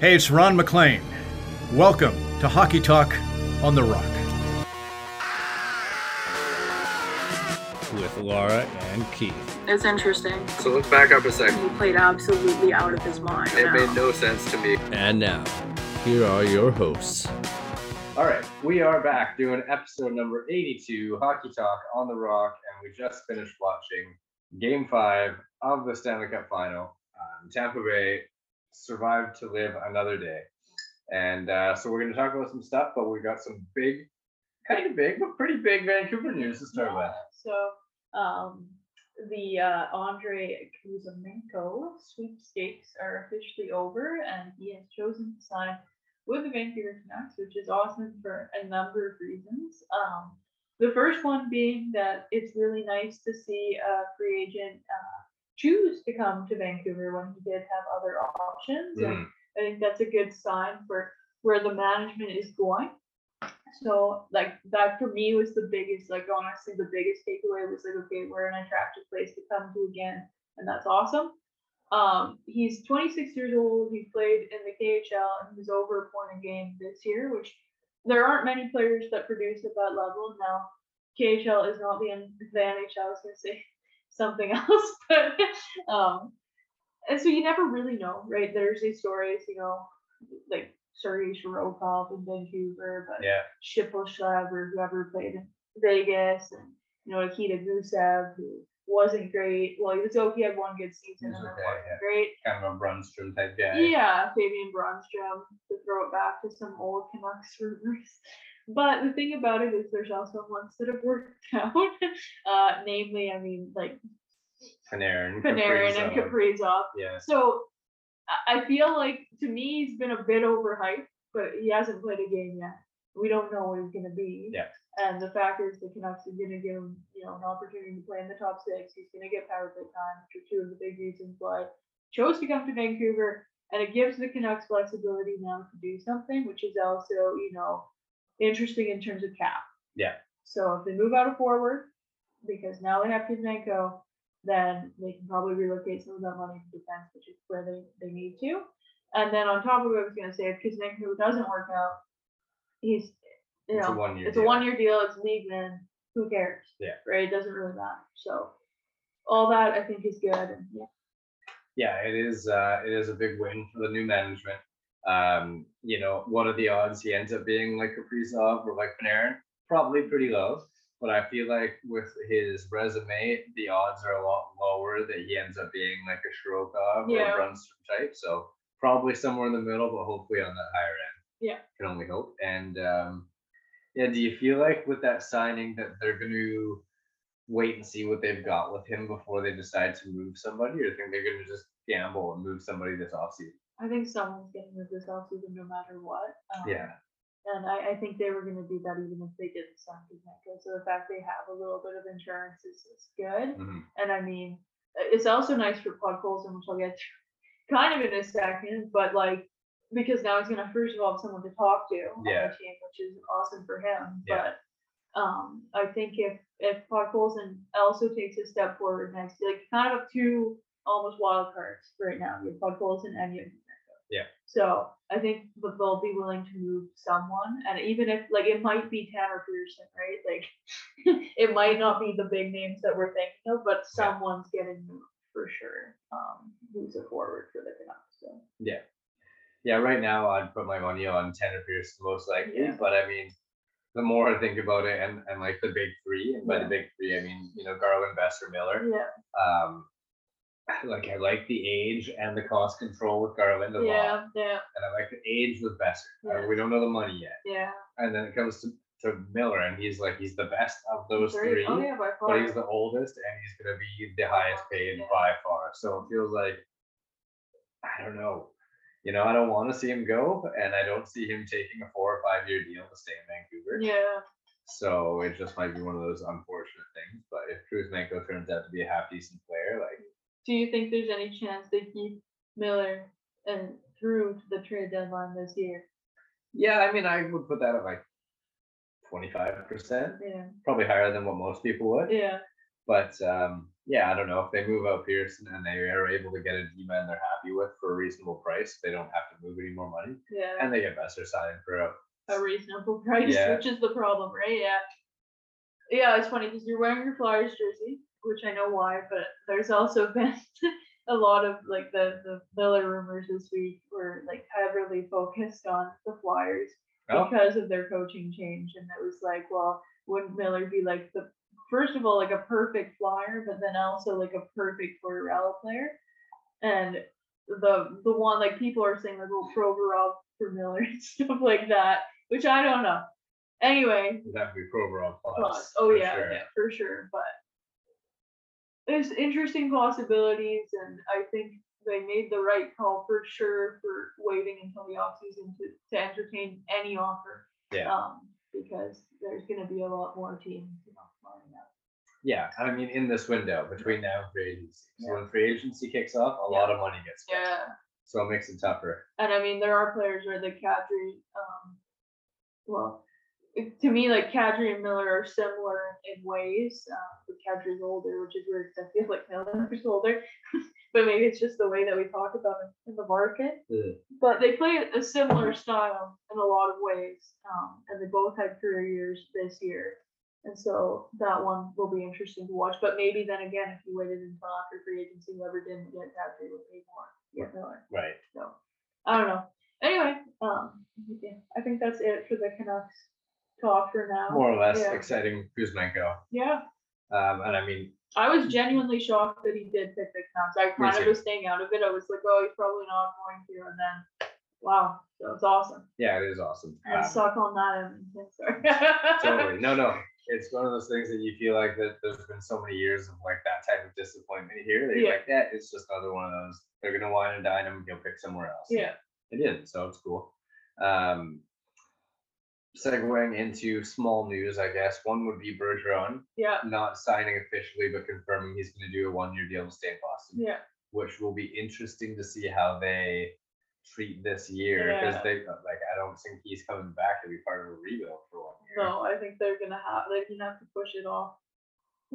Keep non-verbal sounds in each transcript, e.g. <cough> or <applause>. Hey, it's Ron McLean. Welcome to Hockey Talk on the Rock. with Laura and Keith. It's interesting. So let's back up a second. He played absolutely out of his mind. It now. made no sense to me. And now, here are your hosts. All right, we are back doing episode number 82, Hockey Talk on the Rock, and we just finished watching Game Five of the Stanley Cup Final. Um, Tampa Bay survived to live another day, and uh, so we're going to talk about some stuff, but we got some big, kind of big, but pretty big Vancouver news to start with. So, um, the uh, Andre Kuzmenko sweepstakes are officially over, and he has chosen to sign with the Vancouver Canucks, which is awesome for a number of reasons. Um, the first one being that it's really nice to see a free agent uh, choose to come to Vancouver when he did have other options. and Mm. I think that's a good sign for where the management is going. So like that for me was the biggest, like honestly, the biggest takeaway was like, okay, we're an attractive place to come to again, and that's awesome. Um, he's 26 years old. He played in the KHL and he was over a point a game this year, which there aren't many players that produce at that level. Now, KHL is not the, N- the NHL. I was gonna say <laughs> something else, but um, and so you never really know, right? There's these stories, you know, like Sergei Shirokov and Vancouver, but Yeah, Shippleschleb or whoever played in Vegas, and you know Nikita Gusev, who wasn't great. Well, he was okay. He had one good season, He was and then okay, wasn't yeah. great. kind of a Brunstrom type guy. Yeah, Fabian Bronstrom to throw it back to some old Canucks rumors. But the thing about it is, there's also ones that have worked <laughs> out. uh, namely, I mean, like Panarin, Panarin and Kaprizov. Kaprizov. Yeah, So I- I feel like to me he's been a bit overhyped, but he hasn't played a game yet. We don't know what he's gonna be. Yeah. And the fact is the Canucks are gonna give him, you know, an opportunity to play in the top six. He's gonna get power play time, which are two of the big reasons why he chose to come to Vancouver. And it gives the Canucks flexibility now to do something, which is also, you know, interesting in terms of cap. Yeah. So if they move out of forward, because now they have Kuzmenko, then they can probably relocate some of that money to defense, which is where they, they need to. And then on top of what I was going to say, if Kuzmenko doesn't work out, he's, you it's a know, one-year. it's a deal. one year deal, it's league win, who cares? Yeah. Right? It doesn't really matter. So all that I think is good. And yeah. yeah, it is. Uh, it is a big win for the new management. Um, you know, what are the odds he ends up being like Kaprizov or like Panarin? Probably pretty low. But I feel like with his resume, the odds are a lot lower that he ends up being like a Shirokov Yeah. or a Brunstrom type. So probably somewhere in the middle, but hopefully on that higher end. Yeah. Can only hope. And um, yeah, do you feel like with that signing that they're going to wait and see what they've got with him before they decide to move somebody, or think they're going to just gamble and move somebody this offseason? I think someone's getting rid of this offseason no matter what. Um, Yeah, And I, I think they were going to do that even if they didn't sign Kuzmenko. So the fact they have a little bit of insurance is, is good. Mhm. And I mean, it's also nice for Pod Colson, which I'll get <laughs> to kind of in a second, but like, because now he's going to, first of all, have someone to talk to on the Yeah. team, which is awesome for him. Yeah. But um, I think if, if Pod Colson also takes a step forward next, like, kind of two almost wild cards right now. You have Pod Colson and you have so I think that they'll be willing to move someone, and even if like it might be Tanner Pearson, right? Like it might not be the big names that we're thinking of, but someone's getting moved for sure. Um, who's a forward for the Canucks? So yeah. Right now, I'd put my money on Tanner Pearson most likely, Yeah. but I mean, the more I think about it, and and like the big three, and by the big three, I mean you know Garland, Besser, Miller. yeah, Um, <sighs> like I like the age and the cost control with Garland a lot, yeah, yeah, and I like the age with Besser. Uh, Yeah. we don't know the money yet, yeah. and then it comes to, to Miller, and he's like he's the best of those Very- three. Oh yeah, by far. but he's the oldest and he's going to be the highest paid by far. So it feels like, I don't know. You know, I don't want to see him go, and I don't see him taking a four or five year deal to stay in Vancouver. yeah, So it just might be one of those unfortunate things. But if Kuzmenko turns out to be a half decent player, like, do you think there's any chance they keep Miller and through to the trade deadline this year? yeah, I mean, I would put that at like 25%, Yeah, probably higher than what most people would. yeah, But um, yeah, I don't know if they move out Pearson and they are able to get a D man they're happy with for a reasonable price, they don't have to move any more money, Yeah, and they get Besser signed for a a reasonable <laughs> price, Yeah. which is the problem, right? Yeah. Yeah, it's funny because you're wearing your Flyers jersey, which I know why, but there's also <laughs> been a lot of like the the Miller rumors this week were like heavily focused on the Flyers Oh. because of their coaching change, and it was like, well, wouldn't Miller be like the first of all like a perfect flyer, but then also like a perfect Tortorella player, and the the one like people are saying like well Provorov for Miller <laughs> and stuff like that, which I don't know. Anyway, It'd have to be Provorov plus. plus. Oh for yeah, sure. yeah, for sure. But there's interesting possibilities, and I think they made the right call for sure for waiting until the off season to, to entertain any offer. Yeah. Um, because there's going to be a lot more teams, you know, lining up. Yeah, I mean, in this window between now and free agency. So Yeah. when free agency kicks off, a lot of money gets spent. Yeah. So it makes it tougher. And I mean, there are players where the Kadri, um, well, it- to me, like Kadri and Miller are similar in ways. Uh, but Kadri's older, which is weird because I feel like Miller's older. <laughs> but maybe it's just the way that we talk about him in the market. Mm. But they play a similar style in a lot of ways. Um, and they both had career years this year. And so that one will be interesting to watch. But maybe then again, if you waited until after free agency, whoever didn't get Kadri would pay more. to Get Miller. Right. So I don't know. Anyway, um, yeah, I think that's it for the Canucks talk for now. More or less Um, yeah. exciting Kuzmenko. Yeah, Um, and I mean, I was genuinely shocked that he did pick the Canucks. I kind of too. was staying out of it. I was like, oh, he's probably not going to, and then wow, that was awesome. yeah, it is awesome. I Um, suck on that. Edmonton, sorry. totally. No, no. It's one of those things that you feel like that there's been so many years of like that type of disappointment here. That you're Yeah. like, yeah, it's just another one of those. They're gonna wine and dine him. He'll pick somewhere else. <laughs> Yeah. They did, so it's cool. Um, segueing into small news, I guess one would be Bergeron Yeah, not signing officially, but confirming he's going to do a one-year deal to stay in Boston yeah, which will be interesting to see how they treat this year because Yeah. they like I don't think he's coming back to be part of a rebuild for one year. no, I think they're gonna have they're gonna have to push it off.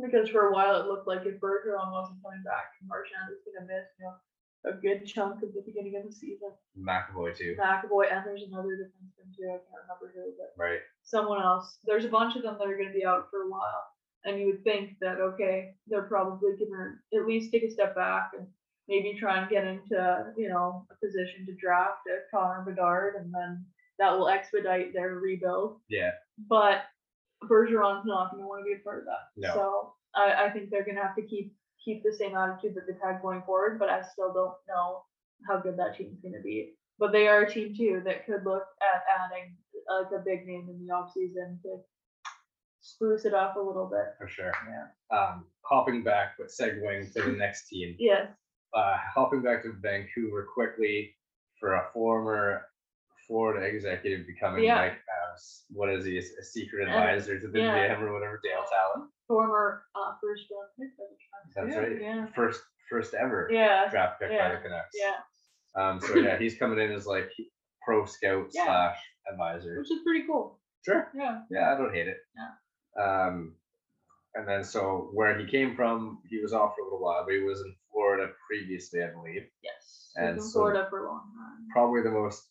Because for a while it looked like if Bergeron wasn't coming back, Marchand was gonna miss, you know, a good chunk of the beginning of the season. McAvoy too, McAvoy, and there's another defenseman too. I can't remember who, but right? someone else. There's a bunch of them that are going to be out for a while, and you would think that okay, they're probably going to at least take a step back and maybe try and get into you know a position to draft a Connor Bedard, and then that will expedite their rebuild. Yeah, But Bergeron's not going to want to be a part of that. No. So I, I think they're going to have to keep keep the same attitude that they've had going forward. But I still don't know how good that team's going to be. But they are a team too that could look at adding like a big name in the offseason to spruce it up a little bit. for sure. Yeah. Um, hopping back but segueing to the next team. Yes. Uh, hopping back to Vancouver quickly for a former Florida executive becoming Yeah. like uh, s- what is he a s- a secret Uh, advisor to the yeah. GM or whatever Dale Talon. Former uh, first round pick. by the That's Canucks, right. Yeah. First first ever Yeah. draft pick by Yeah. the Canucks. Yeah. Um, so yeah, he's coming in as like pro scout Yeah. slash advisor. Which is pretty cool. Sure. Yeah. Yeah, I don't hate it. Yeah. Um, and then so where he came from, he was off for a little while, but he was in Florida previously, I believe. Yes. And We've been so- Florida for a long time. Probably the most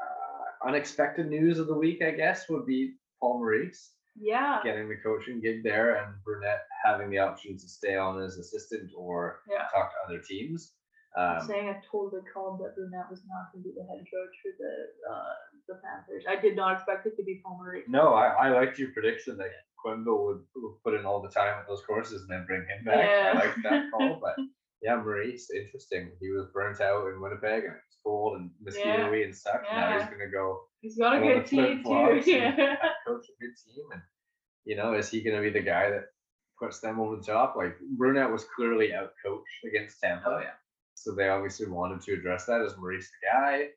uh, unexpected news of the week, I guess, would be Paul Maurice Yeah. getting the coaching gig there, and Burnett having the option to stay on as assistant or Yeah. talk to other teams. Um, saying I totally called that Brunette was not going to be the head coach for the uh, the Panthers. I did not expect it to be Paul Murray. No, I, I liked your prediction that Quimble would, would put in all the time at those courses and then bring him back. Yeah. I liked that <laughs> call, but yeah, Maurice, interesting. He was burnt out in Winnipeg and it was cold and mosquito and stuff. and Now he's Yeah. gonna go He's got a go on good the team flip-flops too. and <laughs> Yeah. head <laughs> coach a good team, and you know, is he gonna be the guy that puts them over the top? Like Brunette was clearly out coached against Tampa. Oh yeah. So they obviously wanted to address that. Is Maurice the guy?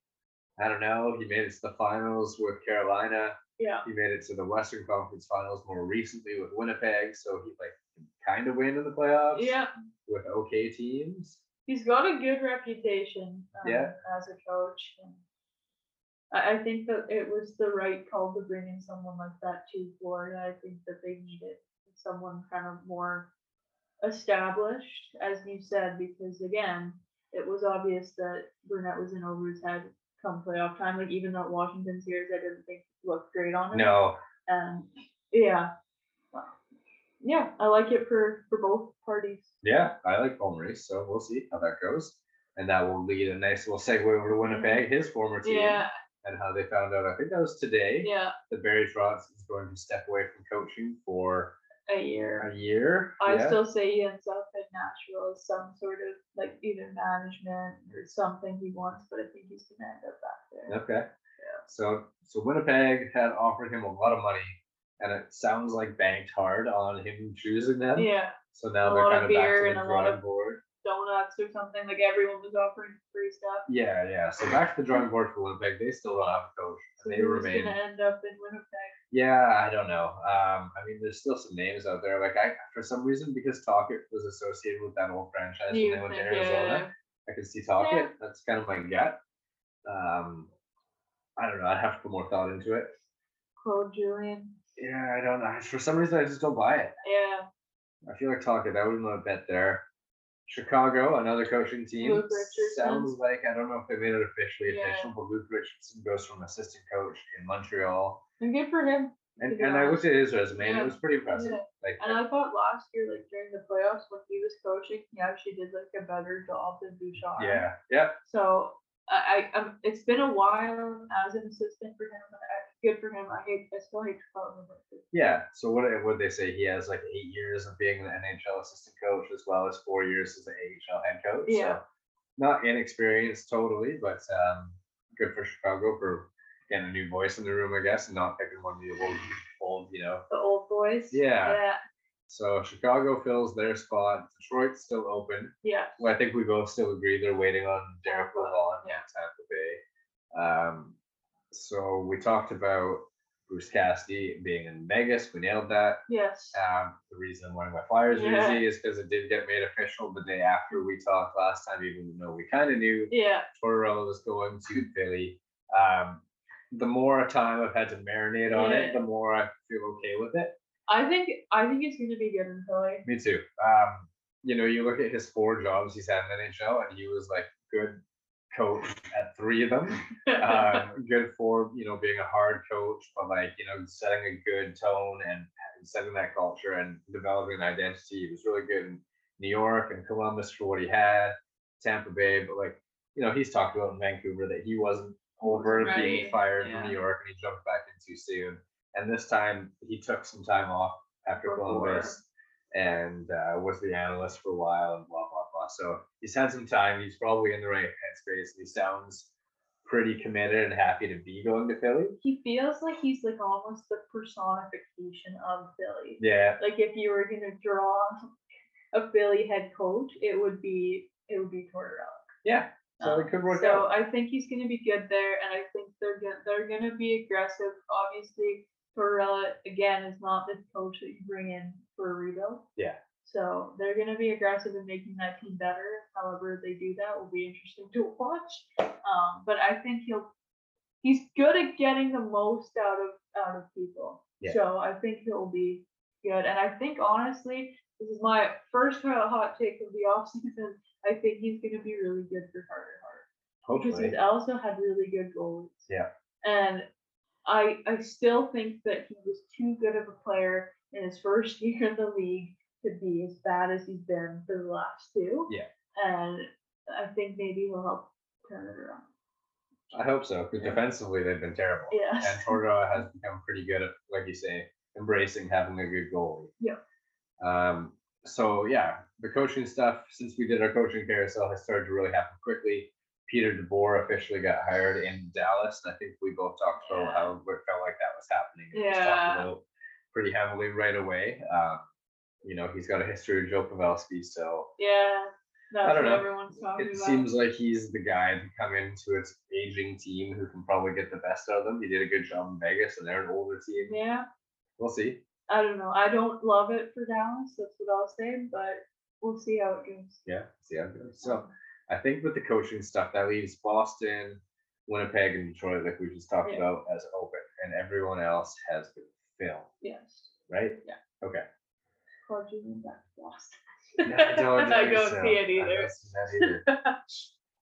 I don't know. He made it to the finals with Carolina. Yeah. He made it to the Western Conference Finals more recently with Winnipeg, so he like kind of went in the playoffs Yeah. with okay teams. he's got a good reputation um, Yeah. as a coach. And I, I think that it was the right call to bring in someone like that to Florida. I think that they needed someone kind of more established, as you said, because again, it was obvious that Burnett was in over his head come playoff time. Like even though Washington series, I didn't think looked great on him. No, And yeah, yeah, I like it for for both parties. yeah, I like home race, so we'll see how that goes. And that will lead a nice little segue over to Winnipeg, his former team, Mm-hmm. Yeah, and how they found out. I think that was today yeah, that Barry Trotz is going to step away from coaching for a year. a year. I yeah. still say he ends up in Nashville as some sort of like either management or something he wants, but I think he's gonna end up back there. Okay. So so Winnipeg had offered him a lot of money, and it sounds like banked hard on him choosing them. Yeah, So now A they're lot kind of of back beer to and the a lot drawing of- board. donuts or something. Like everyone was offering free stuff. Yeah, yeah. So back to the drawing board for Winnipeg. They still don't have a coach. So and They he was remain. gonna end up in Winnipeg. Yeah, I don't know. Um, I mean, there's still some names out there. Like I, for some reason, because Talkett was associated with that old franchise when You they went to think, Arizona. yeah. I could see talk Yeah. it. That's kind of my gut. Um, I don't know. I'd have to put more thought into it. Claude Julian. Yeah, I don't know. For some reason, I just don't buy it. Yeah. I feel like talking. I wouldn't have bet there. Chicago, another coaching team. Luke Richardson. Sounds like I don't know if they made it officially Yeah. official, but Luke Richardson goes from assistant coach in Montreal. And good for him. And, Yeah. and I looked at his resume and Yeah. it was pretty impressive. Yeah. Like And I thought last year, like during the playoffs when he was coaching, he actually did like a better job than Bouchard. yeah, yeah, So I, I um, it's been a while as an assistant for him. and I- Good for him. I hate. I still hate Chicago. Which yeah. So what would they say? He has like eight years of being an NHL assistant coach as well as four years as an AHL head coach. Yeah. So not inexperienced totally, but um, good for Chicago for getting a new voice in the room, I guess, and not picking one of the old, old, you know, the old boys. Yeah. Yeah. So Chicago fills their spot. Detroit's still open. Yeah. Well, I think we both still agree they're waiting on Derek Lalonde Yeah. and Tampa Bay. Um, so we talked about Bruce Cassidy being in Vegas. We nailed that. Yes. Um, the reason I'm wearing my Flyers Yeah. jersey is because it did get made official the day after we talked last time, even though we kind of knew yeah. Tortorella was going to <laughs> Philly. Um, the more time I've had to marinate on it, Yeah. the more I feel okay with it. I think I think it's gonna be good in Philly. Me too. Um, you know, you look at his four jobs he's had in the NHL, and he was like good coach at three of them. Um, good for you know being a hard coach, but like you know setting a good tone and setting that culture and developing an identity. He was really good in New York and Columbus for what he had, Tampa Bay, but like you know he's talked about in Vancouver that he wasn't over being Ready, fired from yeah. New York and he jumped back in too soon. And this time he took some time off after For four. Columbus and uh, was the analyst for a while and blah blah blah. So he's had some time. He's probably in the right headspace. and He sounds pretty committed and happy to be going to Philly. <laughs> he feels like he's like almost the personification of Philly. Yeah, Like if you were gonna draw a Philly head coach, it would be it would be Tortorella. yeah. So it could work Um, So out. I think he's gonna be good there, and I think they're gonna they're gonna be aggressive. Obviously, Tortorella again is not the coach that you bring in for a rebuild. Yeah. So they're gonna be aggressive in making that team better. However, they do that will be interesting to watch. Um, but I think he'll he's good at getting the most out of out of people. Yeah. So I think he'll be good. And I think honestly, this is my first hot hot take of the offseason. I think he's gonna be really good for Carter Hart because Hopefully. he's also had really good goalies. Yeah. And I I still think that he was too good of a player in his first <laughs> year in the league to be as bad as he's been for the last two. Yeah. And I think maybe he'll help turn it around. I hope so. Because defensively they've been terrible. Yes. And Tortorella has become pretty good at, like you say, embracing having a good goalie. Yeah. Um. So yeah, the coaching stuff since we did our coaching carousel has started to really happen quickly. Peter DeBoer officially got hired in Dallas, and I think we both talked about Yeah. how it felt like that was happening. It was talked Yeah. about Pretty heavily right away. Uh, you know, he's got a history with Joe Pavelski, so Yeah, that's don't what know. everyone's talking it about. seems like he's the guy to come into an aging team who can probably get the best out of them. He did a good job in Vegas, and they're an older team. yeah, We'll see. I don't know. I don't love it for Dallas. That's what I'll say, but we'll see how it goes. Yeah, see how it goes. So I think with the coaching stuff, that leaves Boston, Winnipeg, and Detroit, like we just talked Yeah. about, as open, and everyone else has been filled, Yes. <laughs> right? Yeah. Okay. Or do you think that's lost? No, I <laughs> don't I think don't so. see it I either. don't see that either.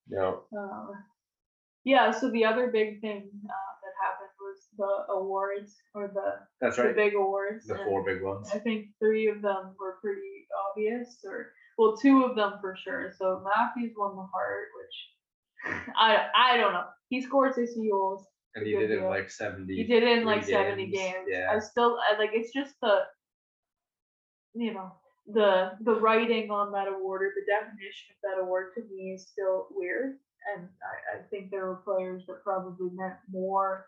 No. <laughs> Uh, <laughs> yeah, so the other big thing uh, that happened was the awards or the, That's the right. big awards. The and four big ones. I think three of them were pretty obvious, or well, two of them for sure. So Matthews won the heart, which I I don't know. He scored 60 goals. And he did it in like 70. He did it in like three 70 games, games. yeah. I still I, like it's just the you know the the writing on that award or the definition of that award to me is still weird. And I, I think there were players that probably meant more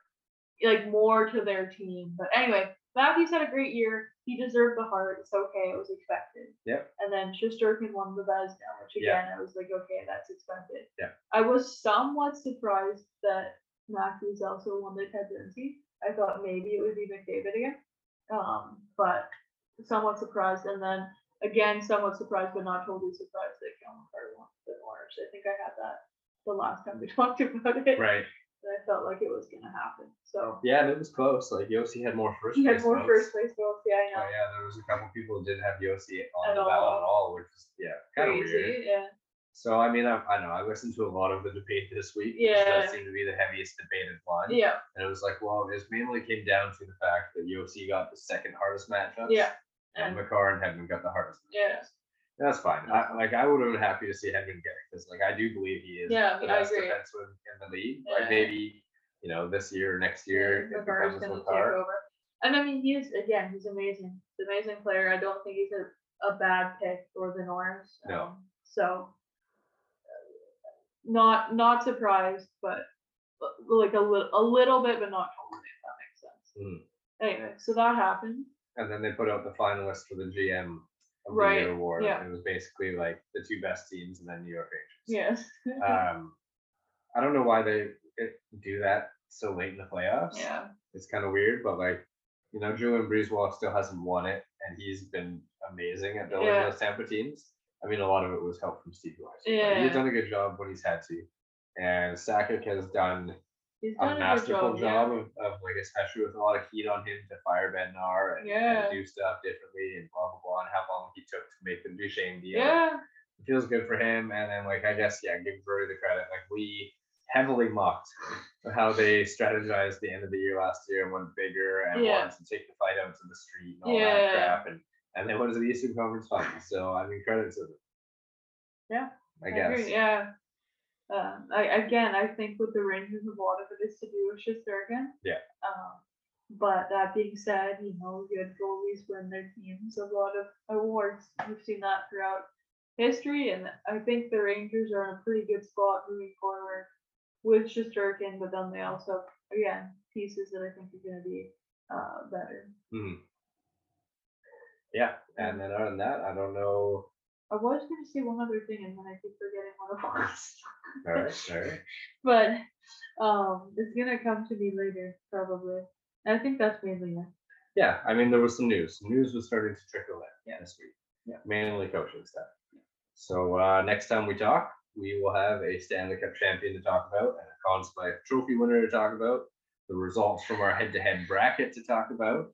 like more to their team. But anyway, Matthews had a great year. He deserved the heart. It's okay. It was expected. Yep. And then Shusterkin won the Vesna, which Yeah. again I was like, okay, that's expected. Yeah. I was somewhat surprised that Matthews also won the Ted Lindsay. I thought maybe it would be McDavid again. Um, but somewhat surprised and then again somewhat surprised but not totally surprised that Kellen McCarr won the Orange. I think I had that the last time we <laughs> talked about it. Right. And I felt like it was gonna happen. So Yeah, and it was close. Like Yossi had more first. he had place more votes. first place votes, yeah, I Oh know. yeah, there was a couple people who didn't have Yossi on At the all. ballot at all, which is yeah, kind of Crazy, weird. Yeah. So I mean, I, I know I listened to a lot of the debate this week. which Yeah. does seem to be the heaviest debated one. Yeah. And it was like, well, it mainly came down to the fact that Yossi got the second hardest matchups. Yeah. And And- McCarr and Hedman got the hardest. Yeah. That's fine. I, like I would have been happy to see Hedman get it because like I do believe he is Yeah, the I best agree. defenseman in the league. Yeah. Like maybe you know this year, or next year, Yeah, it McCarr's becomes gonna take McCarr. over. And I mean, he is again. He's amazing. He's an amazing player. I don't think he's a, a bad pick for the Norse. No. so uh, not not surprised, but but like a little a little bit, but not totally. If that makes sense. Mm. Anyway, so that happened. and then they put out the finalists for the GM of the Right, year award. yeah. and It was basically like the two best teams and then New York Rangers. Yes. Um, I don't know why they it- do that so late in the playoffs. yeah. It's kind of weird, but like, you know, Julian Breezewall still hasn't won it, and he's been amazing at building Yeah. those Tampa teams. I mean, a lot of it was help from Steve Larson. but Yeah. He's done a good job when he's had to. And Sakic has done He's a done a good masterful job. job, of, of like especially with a lot of heat on him to fire Bednar and, Yeah. and do stuff differently and blah blah blah and how long he took to make the Duchesne Yeah. deal. yeah. It feels good for him. And then like I guess yeah, give Drury the credit. Like we heavily mocked how they strategized the end of the year last year and went bigger and Yeah. wanted to take the fight out to the street and all that Yeah. crap and and they went to the Eastern Conference Finals. So I mean credit to them. Yeah, I agree, guess. Yeah. Um, I again, I think with the Rangers, a lot of it is to do with Shostakin. Yeah. Um, but that being said, you know, good goalies win their teams a lot of awards. We've seen that throughout history, and I think the Rangers are in a pretty good spot moving forward with Shostakin. But then they also, have, again, pieces that I think are going to be uh, better. Hmm. Yeah. And then other than that, I don't know. I was going to say one other thing, and then I keep forgetting what it <laughs> was. All right, all right. but um, it's gonna come to me later probably. I think that's mainly it. Yeah, I mean, there was some news. News was starting to trickle in Yeah. this week, Yeah. mainly coaching stuff. So uh, next time we talk, we will have a Stanley Cup champion to talk about and a Conn Smythe Trophy winner to talk about. The results from our head-to-head bracket to talk about,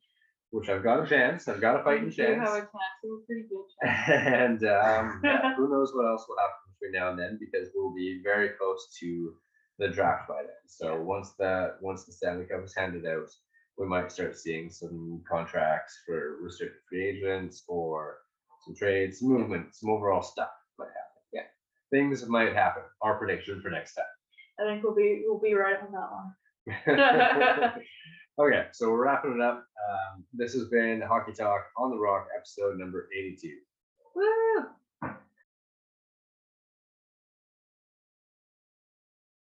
which I've got a chance. I've got a fighting We do have a chance. chance. It was pretty good. <laughs> chance. And um, yeah, who knows what else will happen between now and then because we'll be very close to the draft by then. So once the once the Stanley Cup is handed out, we might start seeing some contracts for restricted free agents or some trades, some movement, some overall stuff might happen. Yeah. Things might happen. Our prediction for next I think we'll be we'll be right on that one. time. <laughs> okay, so we're wrapping it up. Um, this has been Hockey Talk on the Rock, episode number 82. Woo!